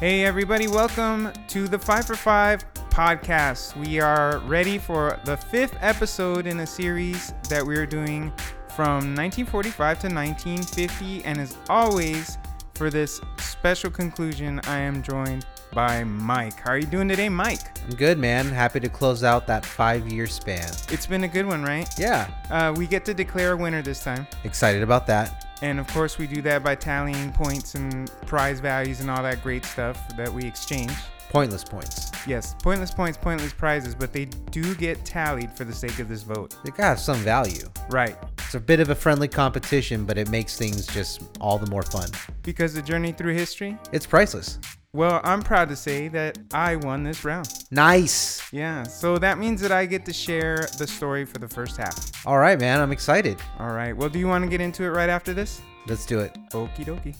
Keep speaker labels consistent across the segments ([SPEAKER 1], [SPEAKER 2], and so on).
[SPEAKER 1] Hey, everybody, welcome to the Five for Five podcast. We are ready for the fifth episode in a series that we're doing from 1945 to 1950. And as always, for this special conclusion, I am joined by Mike. How are you doing today, Mike?
[SPEAKER 2] I'm good, man. Happy to close out that five year span.
[SPEAKER 1] It's been a good one, right?
[SPEAKER 2] Yeah,
[SPEAKER 1] Uh, we get to declare a winner this time.
[SPEAKER 2] excited about that.
[SPEAKER 1] And of course, we do that by tallying points and prize values and all that great stuff that we exchange.
[SPEAKER 2] Pointless points.
[SPEAKER 1] Yes, pointless points, pointless prizes, but they do get tallied for the sake of this vote.
[SPEAKER 2] They gotta have some value.
[SPEAKER 1] Right.
[SPEAKER 2] It's a bit of a friendly competition, but it makes things just all the more fun.
[SPEAKER 1] Because the journey through history?
[SPEAKER 2] It's priceless.
[SPEAKER 1] Well, I'm proud to say that I won this round.
[SPEAKER 2] Nice.
[SPEAKER 1] Yeah, so that means that I get to share the story for the first half.
[SPEAKER 2] All right, man. I'm excited.
[SPEAKER 1] All right, well, do you want to get into it right after this?
[SPEAKER 2] Let's do it.
[SPEAKER 1] Okie dokie.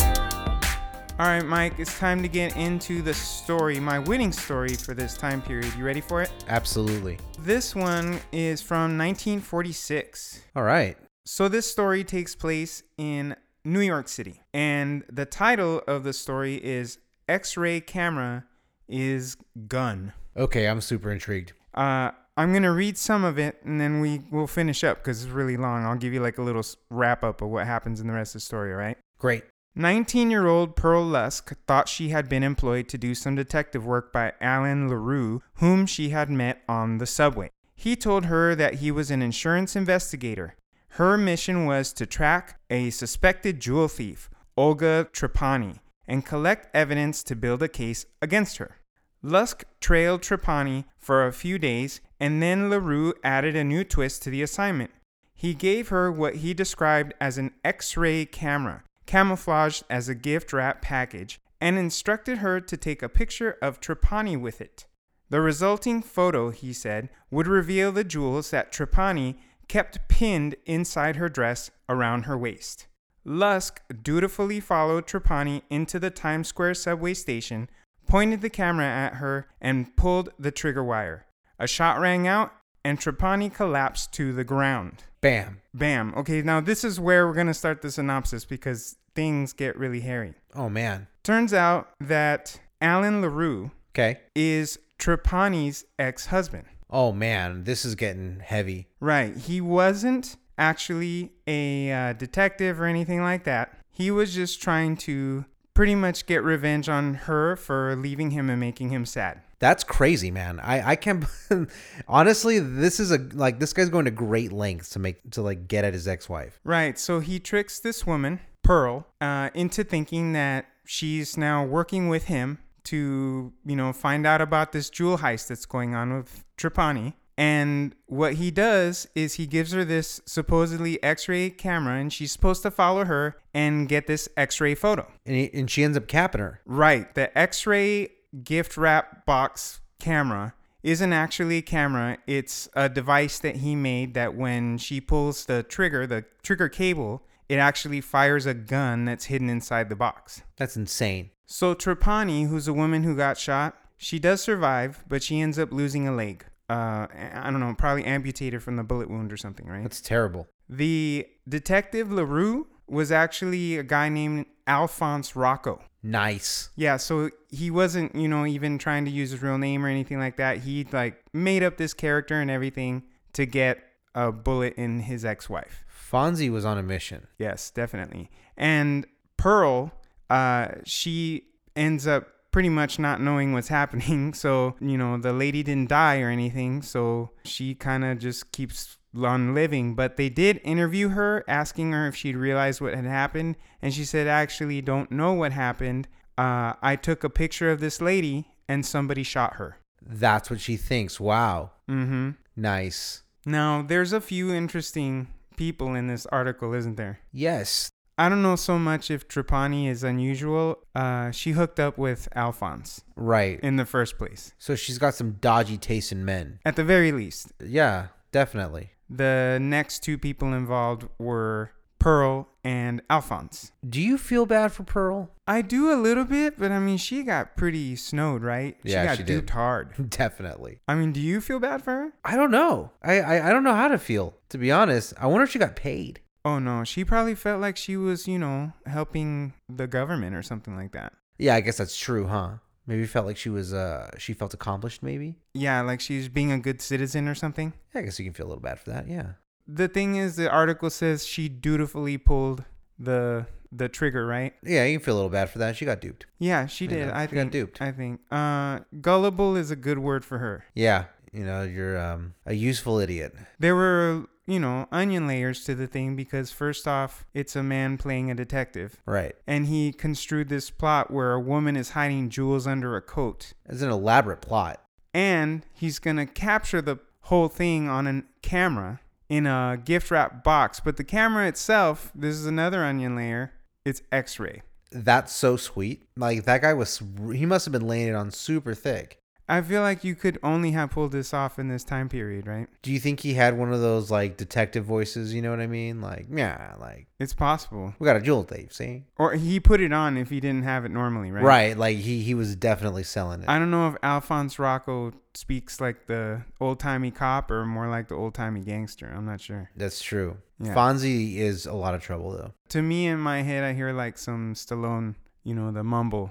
[SPEAKER 1] All right, Mike, it's time to get into the story, my winning story for this time period. You ready for it?
[SPEAKER 2] Absolutely.
[SPEAKER 1] This one is from 1946.
[SPEAKER 2] All right.
[SPEAKER 1] So, this story takes place in New York City. And the title of the story is X ray camera is gun.
[SPEAKER 2] Okay, I'm super intrigued.
[SPEAKER 1] Uh, I'm going to read some of it and then we will finish up because it's really long. I'll give you like a little s- wrap up of what happens in the rest of the story, all right?
[SPEAKER 2] Great.
[SPEAKER 1] 19 year old Pearl Lusk thought she had been employed to do some detective work by Alan LaRue, whom she had met on the subway. He told her that he was an insurance investigator. Her mission was to track a suspected jewel thief, Olga Trapani, and collect evidence to build a case against her. Lusk trailed Trapani for a few days, and then LaRue added a new twist to the assignment. He gave her what he described as an X ray camera, camouflaged as a gift wrap package, and instructed her to take a picture of Trapani with it. The resulting photo, he said, would reveal the jewels that Trapani kept pinned inside her dress around her waist. Lusk dutifully followed Trapani into the Times Square subway station, pointed the camera at her, and pulled the trigger wire. A shot rang out, and Trapani collapsed to the ground.
[SPEAKER 2] Bam.
[SPEAKER 1] Bam. Okay, now this is where we're going to start the synopsis because things get really hairy.
[SPEAKER 2] Oh, man.
[SPEAKER 1] Turns out that Alan LaRue
[SPEAKER 2] Okay.
[SPEAKER 1] is Trapani's ex husband.
[SPEAKER 2] Oh, man. This is getting heavy.
[SPEAKER 1] Right. He wasn't actually a uh, detective or anything like that. He was just trying to pretty much get revenge on her for leaving him and making him sad.
[SPEAKER 2] That's crazy, man. I I can't. honestly, this is a like this guy's going to great lengths to make to like get at his ex-wife.
[SPEAKER 1] Right. So he tricks this woman, Pearl, uh, into thinking that she's now working with him to, you know, find out about this jewel heist that's going on with Trapani. And what he does is he gives her this supposedly x ray camera, and she's supposed to follow her and get this x ray photo.
[SPEAKER 2] and, he, and she ends up capping her.
[SPEAKER 1] Right. The x ray gift wrap box camera isn't actually a camera. It's a device that he made that when she pulls the trigger, the trigger cable, it actually fires a gun that's hidden inside the box.
[SPEAKER 2] That's insane.
[SPEAKER 1] So Trapani, who's a woman who got shot, she does survive, but she ends up losing a leg. Uh, I don't know, probably amputated from the bullet wound or something, right?
[SPEAKER 2] That's terrible.
[SPEAKER 1] The detective LaRue was actually a guy named Alphonse Rocco.
[SPEAKER 2] Nice.
[SPEAKER 1] Yeah, so he wasn't, you know, even trying to use his real name or anything like that. He like made up this character and everything to get a bullet in his ex-wife.
[SPEAKER 2] Fonzie was on a mission.
[SPEAKER 1] Yes, definitely. And Pearl, uh, she ends up pretty much not knowing what's happening. So, you know, the lady didn't die or anything. So she kind of just keeps on living. But they did interview her, asking her if she'd realized what had happened. And she said, "I actually don't know what happened. Uh, I took a picture of this lady and somebody shot her.
[SPEAKER 2] That's what she thinks. Wow.
[SPEAKER 1] Mm hmm.
[SPEAKER 2] Nice.
[SPEAKER 1] Now, there's a few interesting people in this article, isn't there?
[SPEAKER 2] Yes.
[SPEAKER 1] I don't know so much if Trapani is unusual. Uh, she hooked up with Alphonse
[SPEAKER 2] Right.
[SPEAKER 1] in the first place.
[SPEAKER 2] So she's got some dodgy taste in men.
[SPEAKER 1] At the very least,
[SPEAKER 2] Yeah, definitely.
[SPEAKER 1] the next two people involved were Pearl and Alphonse.
[SPEAKER 2] Do you feel bad for Pearl?
[SPEAKER 1] I do a little bit, but I mean, she got pretty snowed, right?
[SPEAKER 2] Yeah,
[SPEAKER 1] she got
[SPEAKER 2] she did.
[SPEAKER 1] duped hard.
[SPEAKER 2] definitely.
[SPEAKER 1] I mean, do you feel bad for her?
[SPEAKER 2] I don't know. I, I I don't know how to feel. To be honest, I wonder if she got paid.
[SPEAKER 1] Oh no, she probably felt like she was, you know, helping the government or something like that.
[SPEAKER 2] Yeah, I guess that's true, huh? Maybe felt like she was uh she felt accomplished maybe.
[SPEAKER 1] Yeah, like she's being a good citizen or something.
[SPEAKER 2] Yeah, I guess you can feel a little bad for that. Yeah.
[SPEAKER 1] The thing is the article says she dutifully pulled the the trigger, right?
[SPEAKER 2] Yeah, you can feel a little bad for that. She got duped.
[SPEAKER 1] Yeah, she
[SPEAKER 2] You
[SPEAKER 1] did.
[SPEAKER 2] know,
[SPEAKER 1] I
[SPEAKER 2] she got
[SPEAKER 1] think
[SPEAKER 2] duped.
[SPEAKER 1] I think. Uh gullible is a good word for her.
[SPEAKER 2] Yeah, you know, you're um a useful idiot.
[SPEAKER 1] There were, you know, onion layers to the thing because first off, it's a man playing a detective.
[SPEAKER 2] Right.
[SPEAKER 1] And he construed this plot where a woman is hiding jewels under a coat.
[SPEAKER 2] It's an elaborate plot.
[SPEAKER 1] and he's gonna capture the whole thing on a camera in a gift wrap box. But the camera itself, this is another onion layer. It's X-ray.
[SPEAKER 2] That's so sweet. Like that guy was he must have been laying it on super thick.
[SPEAKER 1] I feel like you could only have pulled this off in this time period, right?
[SPEAKER 2] Do you think he had one of those like detective voices, you know what I mean? Like, yeah, like
[SPEAKER 1] It's possible.
[SPEAKER 2] we got a jewel tape, see?
[SPEAKER 1] Or he put it on if he didn't have it normally, right?
[SPEAKER 2] Right. like he he was definitely selling it.
[SPEAKER 1] I don't know if Alphonse Rocco speaks like the old timey cop or more like the old timey gangster. I'm not sure.
[SPEAKER 2] That's true.
[SPEAKER 1] Yeah.
[SPEAKER 2] Fonzie is a lot of trouble though.
[SPEAKER 1] To me, in my head, I hear like some Stallone, you know, the mumble.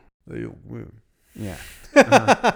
[SPEAKER 1] Yeah.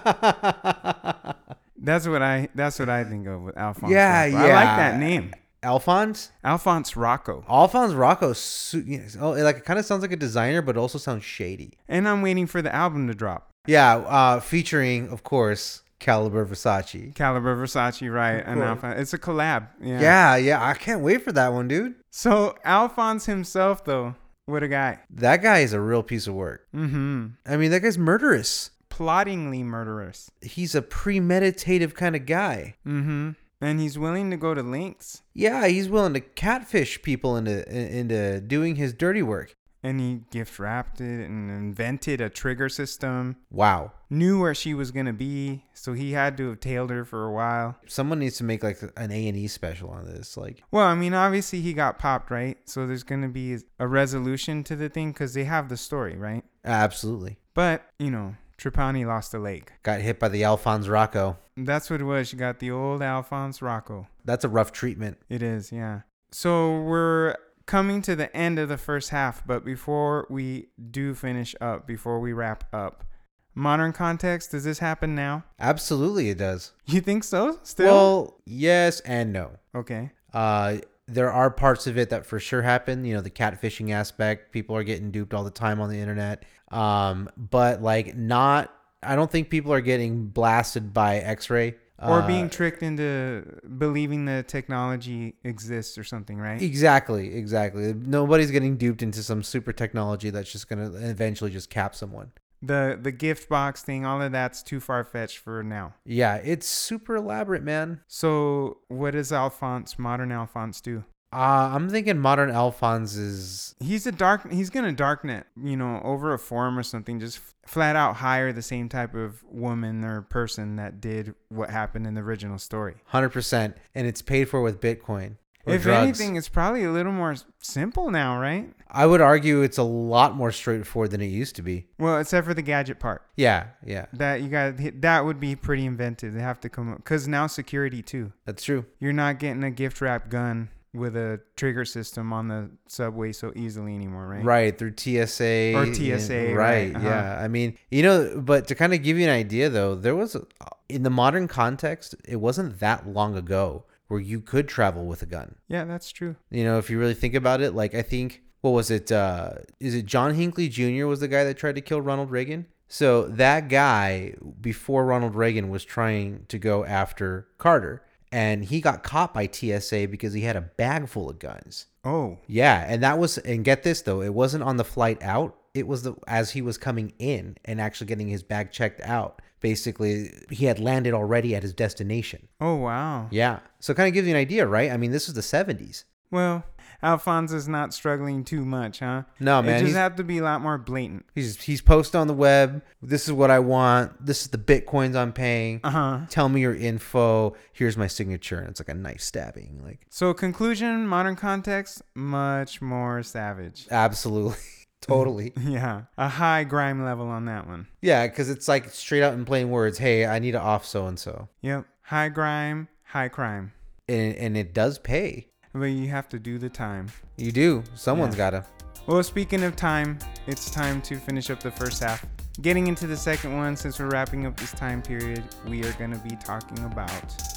[SPEAKER 2] Uh-huh.
[SPEAKER 1] That's what I that's what I think of with Alphonse.
[SPEAKER 2] Yeah,
[SPEAKER 1] Rocco. I
[SPEAKER 2] yeah.
[SPEAKER 1] like that name.
[SPEAKER 2] Alphonse?
[SPEAKER 1] Alphonse Rocco.
[SPEAKER 2] Alphonse Rocco, su- yes. oh, it, like it kind of sounds like a designer, but it also sounds shady.
[SPEAKER 1] And I'm waiting for the album to drop.
[SPEAKER 2] Yeah, uh, featuring, of course, Caliber Versace.
[SPEAKER 1] Caliber Versace, right? And
[SPEAKER 2] course.
[SPEAKER 1] Alphonse. It's a collab. Yeah.
[SPEAKER 2] Yeah, yeah, I can't wait for that one, dude.
[SPEAKER 1] So Alphonse himself though, what a guy.
[SPEAKER 2] That guy is a real piece of work.
[SPEAKER 1] Mm-hmm.
[SPEAKER 2] I mean, that guy's murderous.
[SPEAKER 1] Plottingly murderous.
[SPEAKER 2] He's a premeditative kind of guy.
[SPEAKER 1] Mm-hmm. And he's willing to go to lengths.
[SPEAKER 2] Yeah, he's willing to catfish people into into doing his dirty work.
[SPEAKER 1] And he gift wrapped it and invented a trigger system.
[SPEAKER 2] Wow.
[SPEAKER 1] Knew where she was gonna be, so he had to have tailed her for a while.
[SPEAKER 2] Someone needs to make like an A and E special on this. Like,
[SPEAKER 1] Well, I mean, obviously he got popped, right? So there's going to be a resolution to the thing because they have the story, right?
[SPEAKER 2] absolutely.
[SPEAKER 1] But, you know, Trapani lost a leg.
[SPEAKER 2] Got hit by the Alphonse Rocco.
[SPEAKER 1] That's what it was. You got the old Alphonse Rocco.
[SPEAKER 2] That's a rough treatment.
[SPEAKER 1] It is, yeah. So we're coming to the end of the first half, but before we do finish up, before we wrap up, modern context, does this happen now?
[SPEAKER 2] Absolutely, it does.
[SPEAKER 1] You think so? Still?
[SPEAKER 2] Well, yes and no.
[SPEAKER 1] okay.
[SPEAKER 2] Uh, there are parts of it that for sure happen. You know, the catfishing aspect. People are getting duped all the time on the internet. Um, but like, not. I don't think people are getting blasted by X-ray
[SPEAKER 1] Or
[SPEAKER 2] Uh,
[SPEAKER 1] being tricked into believing the technology exists or something, right?
[SPEAKER 2] E Exactly, exactly. Nobody's getting duped into some super technology that's just gonna eventually just cap someone.
[SPEAKER 1] the the gift box thing all of that's too far-fetched for now
[SPEAKER 2] Yeah, it's super elaborate, man.
[SPEAKER 1] so what does alphonse modern alphonse do
[SPEAKER 2] Uh, I'm thinking modern Alphonse is
[SPEAKER 1] he's a dark he's gonna darknet you know over a forum or something just f- flat out hire the same type of woman or person that did what happened in the original story
[SPEAKER 2] hundred percent, and it's paid for with Bitcoin. or
[SPEAKER 1] if
[SPEAKER 2] drugs.
[SPEAKER 1] anything it's probably a little more s- simple now right
[SPEAKER 2] I would argue it's a lot more straightforward than it used to be.
[SPEAKER 1] well except for the gadget part
[SPEAKER 2] Yeah, yeah,
[SPEAKER 1] that you got that would be pretty inventive they have to come up because now security too
[SPEAKER 2] that's true.
[SPEAKER 1] you're not getting a gift wrap gun with a trigger system on the subway so easily anymore, right?
[SPEAKER 2] Right, through TSA
[SPEAKER 1] Or
[SPEAKER 2] yeah,
[SPEAKER 1] TSA,
[SPEAKER 2] right?
[SPEAKER 1] right, uh-huh.
[SPEAKER 2] Yeah, I mean, you know, but to kind of give you an idea though, there was a, in the modern context, it wasn't that long ago where you could travel with a gun.
[SPEAKER 1] Yeah, that's true.
[SPEAKER 2] You know, if you really think about it, like I think what was it? Uh, is it John Hinckley Jr. was the guy that tried to kill Ronald Reagan? So that guy before Ronald Reagan was trying to go after Carter, and he got caught by TSA because he had a bag full of guns.
[SPEAKER 1] Oh,
[SPEAKER 2] Yeah, and that was and get this though, it wasn't on the flight out. It was the as he was coming in and actually getting his bag checked out. Basically, he had landed already at his destination.
[SPEAKER 1] oh wow.
[SPEAKER 2] Yeah. So it kind of gives you an idea, right? I mean, this was the 70s.
[SPEAKER 1] Well, Alfonso's not struggling too much, huh?
[SPEAKER 2] No,
[SPEAKER 1] It
[SPEAKER 2] man.
[SPEAKER 1] just
[SPEAKER 2] He's,
[SPEAKER 1] have to be a lot more blatant.
[SPEAKER 2] he's he's posting on the web. This is what I want. This is the bitcoins I'm paying.
[SPEAKER 1] Uh huh.
[SPEAKER 2] Tell me your info. Here's my signature, and it's like a knife stabbing. Like
[SPEAKER 1] So conclusion, modern context, much more savage.
[SPEAKER 2] absolutely, totally.
[SPEAKER 1] Yeah, a high grime level on that one.
[SPEAKER 2] yeah, because it's like straight out in plain words. Hey, I need to off so and so,
[SPEAKER 1] Yep, high grime, high crime.
[SPEAKER 2] and and it does pay.
[SPEAKER 1] but you have to do the time.
[SPEAKER 2] You do. Someone's
[SPEAKER 1] Yeah.
[SPEAKER 2] gotta.
[SPEAKER 1] Well, speaking of time, it's time to finish up the first half. Getting into the second one, since we're wrapping up this time period, we are going to be talking about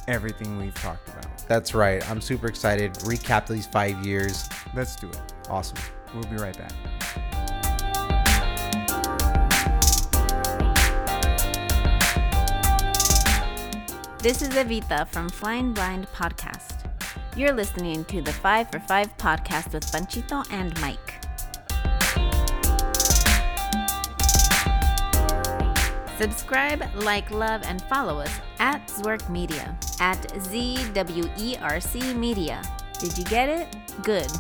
[SPEAKER 1] everything we've talked about.
[SPEAKER 2] That's right. I'm super excited. Recap these five years.
[SPEAKER 1] Let's do it.
[SPEAKER 2] Awesome.
[SPEAKER 1] We'll be right back.
[SPEAKER 3] This is Evita from Flying Blind Podcast. You're listening to the 5 for 5 podcast with Panchito and Mike. Subscribe, like, love, and follow us at Zwerk Media, at ZWERC Media. Did you get it? Good.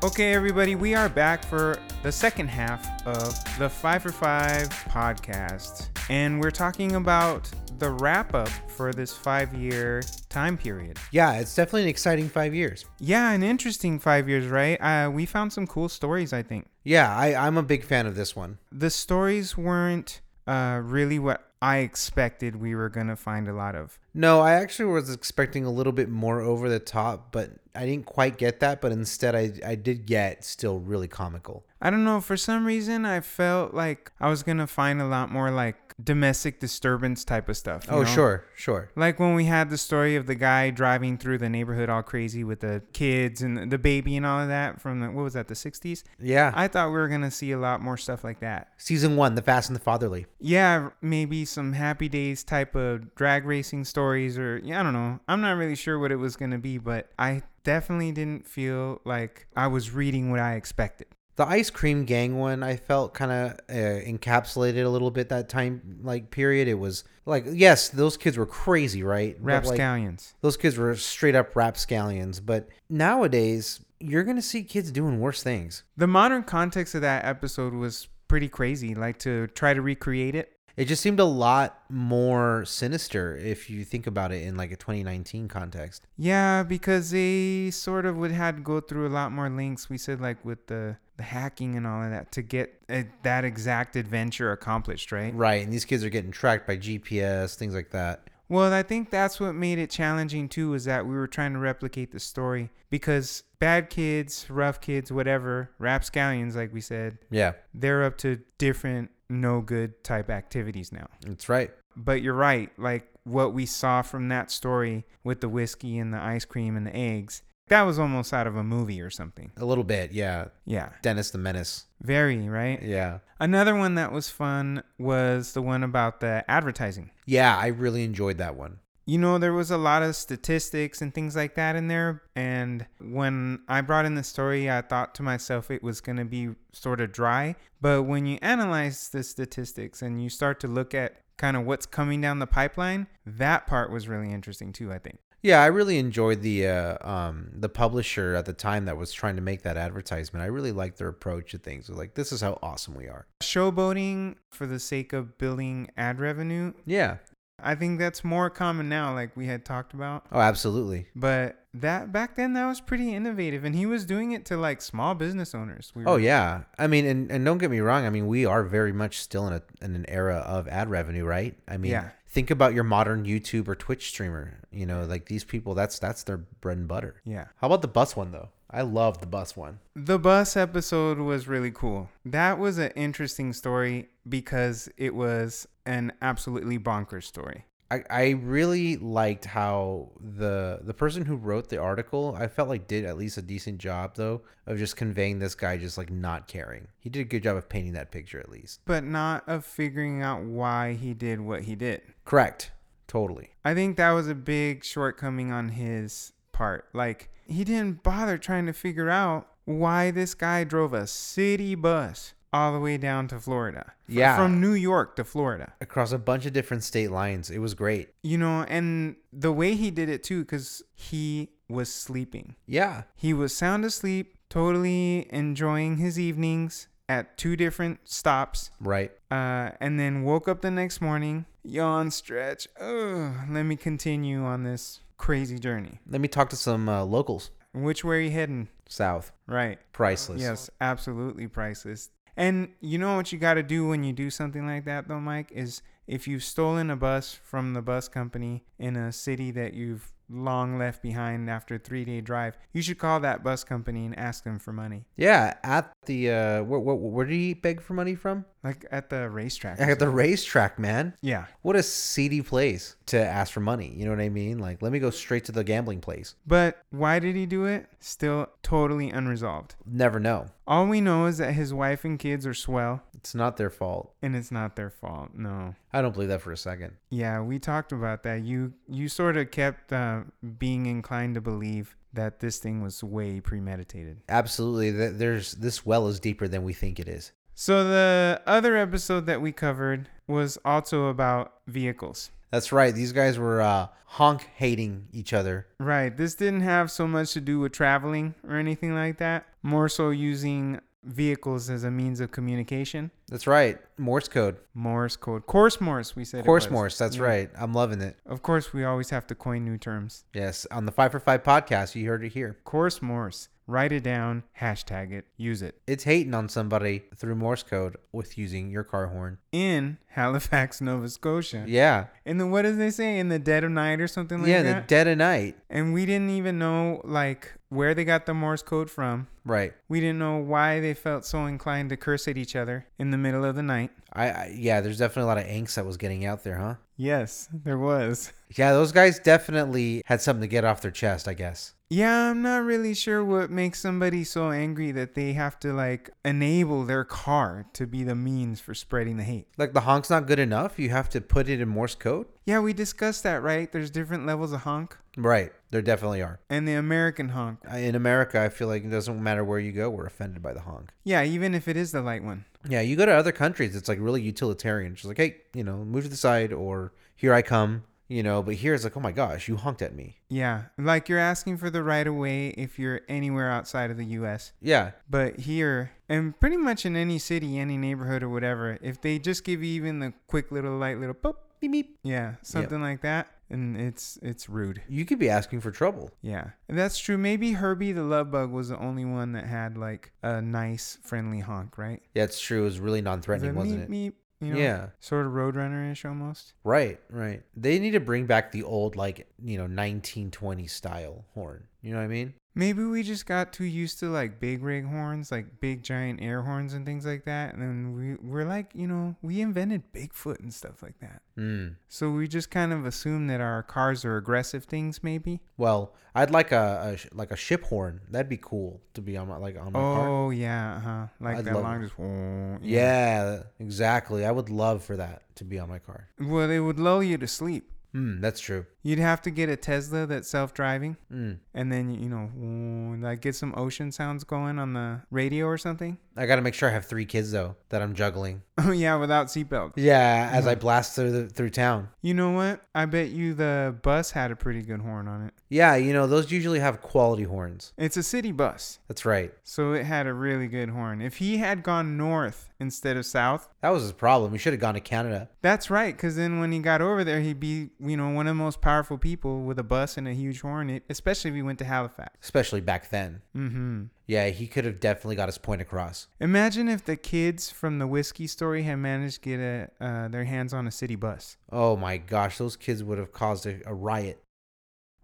[SPEAKER 1] Okay, everybody, we are back for the second half of the Five for Five podcast. And we're talking about the wrap up for this five year time period.
[SPEAKER 2] Yeah, it's definitely an exciting five years.
[SPEAKER 1] Yeah, an interesting five years, right? Uh, we found some cool stories, I think.
[SPEAKER 2] Yeah, I, I'm a big fan of this one.
[SPEAKER 1] the stories weren't uh, really what I expected we were going to find a lot of.
[SPEAKER 2] No, I actually was expecting a little bit more over the top, but I didn't quite get that. But instead, I, I did get still really comical.
[SPEAKER 1] I don't know, for some reason, I felt like I was going to find a lot more like domestic disturbance type of stuff. you
[SPEAKER 2] Oh,
[SPEAKER 1] know?
[SPEAKER 2] sure, sure.
[SPEAKER 1] Like when we had the story of the guy driving through the neighborhood all crazy with the kids and the baby and all of that from the, what was that, the 60s?
[SPEAKER 2] Yeah.
[SPEAKER 1] I thought we were going to see a lot more stuff like that.
[SPEAKER 2] Season one, The Fast and the Fatherly.
[SPEAKER 1] yeah, maybe some happy days type of drag racing stories or yeah, I don't know. I'm not really sure what it was going to be, but I definitely didn't feel like I was reading what I expected.
[SPEAKER 2] The ice cream gang one, I felt kind of uh, encapsulated a little bit that time like period. It was like yes, those kids were crazy, right? But, like,
[SPEAKER 1] Rapscallions.
[SPEAKER 2] those kids were straight up rapscallions. But nowadays, you're gonna see kids doing worse things.
[SPEAKER 1] the modern context of that episode was pretty crazy, like to try to recreate it.
[SPEAKER 2] It just seemed a lot more sinister if you think about it in like a 2019 context.
[SPEAKER 1] Yeah, because they sort of would had to go through a lot more links. We said like with the the hacking and all of that to get uh that exact adventure accomplished, right?
[SPEAKER 2] Right, and these kids are getting tracked by GPS, things like that.
[SPEAKER 1] Well, I think that's what made it challenging too, is that we were trying to replicate the story because bad kids, rough kids, whatever, rapscallions, like we said,
[SPEAKER 2] Yeah,
[SPEAKER 1] they're up to different no good type activities now.
[SPEAKER 2] that's right.
[SPEAKER 1] But you're right, like what we saw from that story with the whiskey and the ice cream and the eggs, that was almost out of a movie or something.
[SPEAKER 2] A little bit, yeah.
[SPEAKER 1] Yeah,
[SPEAKER 2] Dennis the Menace.
[SPEAKER 1] very, right?
[SPEAKER 2] Yeah.
[SPEAKER 1] Another one that was fun was the one about the advertising.
[SPEAKER 2] Yeah, I really enjoyed that one.
[SPEAKER 1] you know, there was a lot of statistics and things like that in there. And when I brought in the story, I thought to myself it was going to be sort of dry. But when you analyze the statistics and you start to look at kind of what's coming down the pipeline, that part was really interesting too, I think.
[SPEAKER 2] Yeah, I really enjoyed the uh, um, the publisher at the time that was trying to make that advertisement. I really liked their approach to things. It was Like, this is how awesome we are.
[SPEAKER 1] Showboating for the sake of building ad revenue,
[SPEAKER 2] Yeah.
[SPEAKER 1] I think that's more common now, like we had talked about.
[SPEAKER 2] Oh, absolutely.
[SPEAKER 1] But that back then, that was pretty innovative. And he was doing it to like small business owners. We
[SPEAKER 2] Oh
[SPEAKER 1] were-
[SPEAKER 2] yeah. I mean, and, and don't get me wrong. I mean, we are very much still in a in an era of ad revenue, right? I mean,
[SPEAKER 1] Yeah.
[SPEAKER 2] think about your modern YouTube or Twitch streamer. You know, like these people. That's that's their bread and butter.
[SPEAKER 1] Yeah.
[SPEAKER 2] How about the bus one though? I love the bus one.
[SPEAKER 1] The bus episode was really cool. That was an interesting story because it was an absolutely bonkers story.
[SPEAKER 2] I, I really liked how the the person who wrote the article I felt like did at least a decent job though of just conveying this guy just like not caring. He did a good job of painting that picture at least.
[SPEAKER 1] But not of figuring out why he did what he did.
[SPEAKER 2] Correct. Totally.
[SPEAKER 1] I think that was a big shortcoming on his part. Like, he didn't bother trying to figure out why this guy drove a city bus all the way down to Florida. F-
[SPEAKER 2] Yeah.
[SPEAKER 1] From New York to Florida.
[SPEAKER 2] Across a bunch of different state lines. It was great.
[SPEAKER 1] You know, and the way he did it too, because he was sleeping.
[SPEAKER 2] Yeah.
[SPEAKER 1] He was sound asleep, totally enjoying his evenings at two different stops,
[SPEAKER 2] Right.
[SPEAKER 1] uh, and then woke up the next morning, yawn, stretch. Ugh, let me continue on this crazy journey.
[SPEAKER 2] Let me talk to some uh, locals.
[SPEAKER 1] Which way are you heading?
[SPEAKER 2] South.
[SPEAKER 1] Right.
[SPEAKER 2] Priceless.
[SPEAKER 1] Yes, absolutely priceless. And you know what you got to do when you do something like that, though, Mike, is if you've stolen a bus from the bus company in a city that you've long left behind after a three day drive, you should call that bus company and ask them for money.
[SPEAKER 2] Yeah, at the uh, where, where, where did he beg for money from?
[SPEAKER 1] Like at the racetrack. or
[SPEAKER 2] At the
[SPEAKER 1] something.
[SPEAKER 2] racetrack, man.
[SPEAKER 1] yeah.
[SPEAKER 2] What a seedy place to ask for money. You know what I mean? Like, let me go straight to the gambling place.
[SPEAKER 1] But why did he do it? Still totally unresolved.
[SPEAKER 2] Never know.
[SPEAKER 1] All we know is that his wife and kids are swell,
[SPEAKER 2] It's not their fault.
[SPEAKER 1] and it's not their fault. No.
[SPEAKER 2] I don't believe that for a second.
[SPEAKER 1] Yeah, we talked about that. You you sort of kept uh, being inclined to believe that this thing was way premeditated.
[SPEAKER 2] Absolutely. th- There's this well is deeper than we think it is.
[SPEAKER 1] So the other episode that we covered was also about vehicles.
[SPEAKER 2] That's right. These guys were uh, honk hating each other.
[SPEAKER 1] Right. This didn't have so much to do with traveling or anything like that. More so using vehicles as a means of communication.
[SPEAKER 2] That's right. Morse code.
[SPEAKER 1] Morse code. Course Morse, we said. it
[SPEAKER 2] Course
[SPEAKER 1] was.
[SPEAKER 2] Morse. That's
[SPEAKER 1] Yeah.
[SPEAKER 2] right. I'm loving it.
[SPEAKER 1] Of course, we always have to coin new terms.
[SPEAKER 2] Yes. On the Five for Five podcast, you heard it here.
[SPEAKER 1] Course Morse. Write it down, hashtag it, use it.
[SPEAKER 2] It's hating on somebody through Morse code with using your car horn.
[SPEAKER 1] in Halifax, Nova Scotia.
[SPEAKER 2] Yeah.
[SPEAKER 1] And then what does they say? In the dead of night or something like
[SPEAKER 2] yeah.
[SPEAKER 1] that?
[SPEAKER 2] In the dead of night.
[SPEAKER 1] and we didn't even know like where they got the Morse code from.
[SPEAKER 2] Right.
[SPEAKER 1] We didn't know why they felt so inclined to curse at each other in the middle of the night.
[SPEAKER 2] I, I yeah. There's definitely a lot of angst that was getting out there, huh?
[SPEAKER 1] Yes, there was.
[SPEAKER 2] Yeah. Those guys definitely had something to get off their chest. I guess.
[SPEAKER 1] Yeah, I'm not really sure what makes somebody so angry that they have to like enable their car to be the means for spreading the hate.
[SPEAKER 2] Like the honk's not good enough. You have to put it in Morse code.
[SPEAKER 1] Yeah, we discussed that, right? There's different levels of honk
[SPEAKER 2] Right. There definitely are.
[SPEAKER 1] and the American honk.
[SPEAKER 2] I- In America, I feel like it doesn't matter where you go, we're offended by the honk.
[SPEAKER 1] Yeah, even if it is the light one.
[SPEAKER 2] Yeah, you go to other countries, it's like really utilitarian. It's just like, hey, you know, move to the side or here I come, you know, but here it's like, oh my gosh, you honked at me.
[SPEAKER 1] Yeah, like you're asking for the right of way if you're anywhere outside of the US.
[SPEAKER 2] Yeah.
[SPEAKER 1] But here, and pretty much in any city, any neighborhood or whatever, if they just give you even the quick little light little pop,
[SPEAKER 2] Beep, beep.
[SPEAKER 1] yeah, something like that, and it's it's rude.
[SPEAKER 2] You could be asking for trouble.
[SPEAKER 1] Yeah, And that's true. Maybe Herbie the Love Bug was the only one that had like a nice, friendly honk, right?
[SPEAKER 2] Yeah, it's true. It was really non
[SPEAKER 1] It was
[SPEAKER 2] threatening,
[SPEAKER 1] like,
[SPEAKER 2] wasn't it?
[SPEAKER 1] meep, meep, you know,
[SPEAKER 2] Yeah.
[SPEAKER 1] sort of Roadrunner ish almost.
[SPEAKER 2] Right, right. They need to bring back the old, like, you know, 1920 style horn. You know what I mean?
[SPEAKER 1] Maybe we just got too used to like big rig horns, like big giant air horns and things like that. And then we, we're like, you know, we invented Bigfoot and stuff like that.
[SPEAKER 2] Hmm.
[SPEAKER 1] So we just kind of assume that our cars are aggressive things, maybe.
[SPEAKER 2] Well, I'd like a, a sh- like a ship horn. That'd be cool to be on my like on my car.
[SPEAKER 1] oh, yeah. Uh huh. Like
[SPEAKER 2] I'd
[SPEAKER 1] that
[SPEAKER 2] love
[SPEAKER 1] long
[SPEAKER 2] it.
[SPEAKER 1] just. "Whoa,"
[SPEAKER 2] Yeah, exactly. I would love for that to be on my car.
[SPEAKER 1] Well, it would lull you to sleep.
[SPEAKER 2] Mm, that's true.
[SPEAKER 1] You'd have to get a Tesla that's self driving.
[SPEAKER 2] Mm.
[SPEAKER 1] And then, you know, "Whoa," like get some ocean sounds going on the radio or something.
[SPEAKER 2] I got to make sure I have three kids though that I'm juggling.
[SPEAKER 1] Oh, yeah, without seatbelt.
[SPEAKER 2] Yeah, as I blast through the, through town.
[SPEAKER 1] You know what? I bet you the bus had a pretty good horn on it.
[SPEAKER 2] Yeah, you know those usually have quality horns.
[SPEAKER 1] It's a city bus,
[SPEAKER 2] That's right.
[SPEAKER 1] so it had a really good horn. If he had gone north instead of south,
[SPEAKER 2] That was his problem. He should have gone to Canada.
[SPEAKER 1] that's right, because then when he got over there, he'd be, you know, one of the most powerful people with a bus and a huge horn, it, especially if he went to Halifax.
[SPEAKER 2] Especially back then.
[SPEAKER 1] hmm
[SPEAKER 2] Yeah, he could have definitely got his point across.
[SPEAKER 1] Imagine if the kids from the whiskey story had managed to get a, uh, their hands on a city bus.
[SPEAKER 2] Oh my gosh, those kids would have caused a, a riot.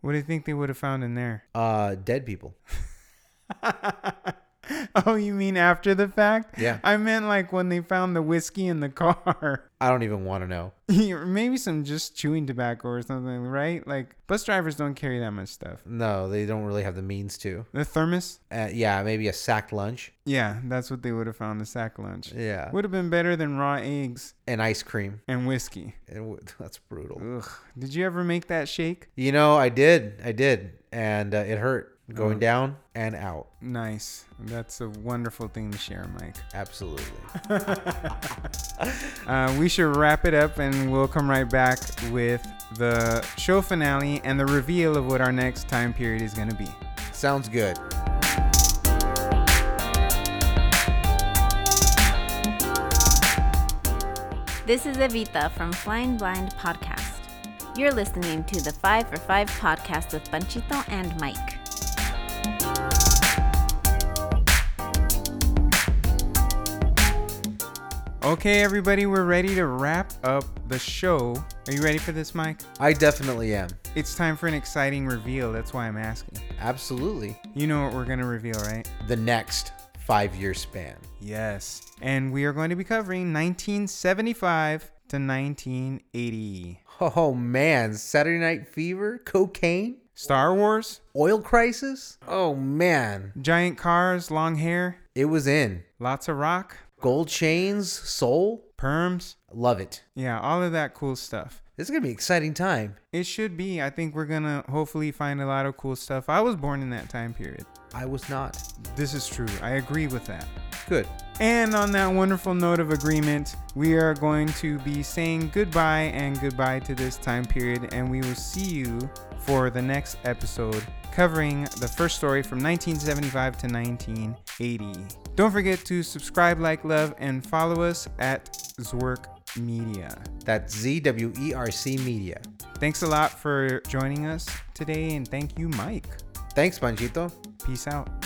[SPEAKER 1] What do you think they would have found in there?
[SPEAKER 2] Uh, dead people.
[SPEAKER 1] oh, you mean after the fact?
[SPEAKER 2] Yeah.
[SPEAKER 1] I meant like when they found the whiskey in the car.
[SPEAKER 2] I don't even want to know.
[SPEAKER 1] Maybe some just chewing tobacco or something, right? Like bus drivers don't carry that much stuff.
[SPEAKER 2] No, they don't really have the means to.
[SPEAKER 1] The thermos?
[SPEAKER 2] Uh, yeah, maybe a sacked lunch.
[SPEAKER 1] Yeah, that's what they would have found the sack lunch.
[SPEAKER 2] Yeah,
[SPEAKER 1] Would have been better than raw eggs
[SPEAKER 2] and ice cream.
[SPEAKER 1] and whiskey.
[SPEAKER 2] It w- that's brutal.
[SPEAKER 1] Ugh. Did you ever make that shake?
[SPEAKER 2] You know, I did, I did, and uh, it hurt going down and out.
[SPEAKER 1] Nice. That's a wonderful thing to share, Mike.
[SPEAKER 2] Absolutely.
[SPEAKER 1] Uh, we should wrap it up and we'll come right back with the show finale and the reveal of what our next time period is going to be.
[SPEAKER 2] Sounds good.
[SPEAKER 3] This is Evita from Flying Blind Podcast. You're listening to the 5 for 5 podcast with Panchito and Mike.
[SPEAKER 1] Okay, everybody, we're ready to wrap up the show. Are you ready for this, Mike?
[SPEAKER 2] I definitely am.
[SPEAKER 1] It's time for an exciting reveal. That's why I'm asking.
[SPEAKER 2] Absolutely.
[SPEAKER 1] You know what we're going to reveal, right?
[SPEAKER 2] The next five year span.
[SPEAKER 1] Yes. And we are going to be covering 1975 to 1980.
[SPEAKER 2] Oh man, Saturday Night Fever, cocaine,
[SPEAKER 1] Star Wars,
[SPEAKER 2] oil crisis. Oh man,
[SPEAKER 1] giant cars, long hair,
[SPEAKER 2] it was in.
[SPEAKER 1] lots of rock,
[SPEAKER 2] Gold chains, soul.
[SPEAKER 1] perms.
[SPEAKER 2] Love it.
[SPEAKER 1] Yeah, all of that cool stuff.
[SPEAKER 2] This is gonna be an exciting time.
[SPEAKER 1] It should be. I think we're going to hopefully find a lot of cool stuff. I was born in that time period.
[SPEAKER 2] I was not.
[SPEAKER 1] This is true. I agree with that.
[SPEAKER 2] Good.
[SPEAKER 1] And on that wonderful note of agreement, we are going to be saying goodbye and goodbye to this time period, and we will see you for the next episode covering the first story from 1975 to 1980. Don't forget to subscribe, like, love, and follow us at Zwerk Media.
[SPEAKER 2] That's ZWERC Media.
[SPEAKER 1] Thanks a lot for joining us today, and thank you, Mike.
[SPEAKER 2] Thanks, Panchito.
[SPEAKER 1] Peace out.